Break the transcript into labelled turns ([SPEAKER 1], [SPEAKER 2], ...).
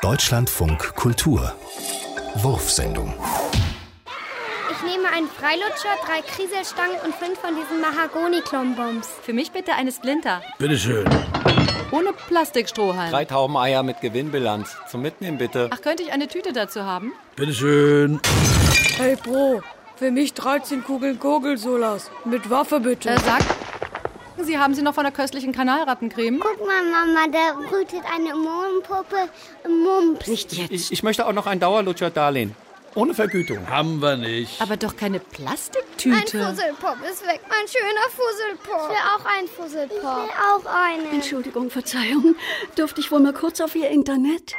[SPEAKER 1] Deutschlandfunk Kultur. Wurfsendung.
[SPEAKER 2] Ich nehme einen Freilutscher, drei Kriselstangen und fünf von diesen Mahagoni-Klombombs.
[SPEAKER 3] Für mich bitte eine Splinter.
[SPEAKER 4] Bitteschön.
[SPEAKER 3] Ohne Plastikstrohhalm.
[SPEAKER 5] Drei Taubeneier mit Gewinnbilanz. Zum Mitnehmen bitte.
[SPEAKER 3] Ach, könnte ich eine Tüte dazu haben?
[SPEAKER 4] Bitteschön.
[SPEAKER 6] Hey Bro, für mich 13 Kugeln Kogelsolas. Mit Waffe bitte.
[SPEAKER 3] Äh, sag, Sie haben sie noch von der köstlichen Kanalrattencreme?
[SPEAKER 2] Guck mal, Mama, da brütet eine Mohnpuppe im Mumps.
[SPEAKER 3] Nicht jetzt.
[SPEAKER 5] Ich, ich möchte auch noch ein Dauerlutscher-Darlehen. Ohne Vergütung.
[SPEAKER 4] Haben wir nicht.
[SPEAKER 3] Aber doch keine
[SPEAKER 2] Mein
[SPEAKER 3] Plastiktüte.
[SPEAKER 2] Fusselpop ist weg, mein schöner Fusselpop. Ich will auch einen Fusselpop. Ich will auch einen.
[SPEAKER 7] Entschuldigung, Verzeihung. Dürfte ich wohl mal kurz auf Ihr Internet?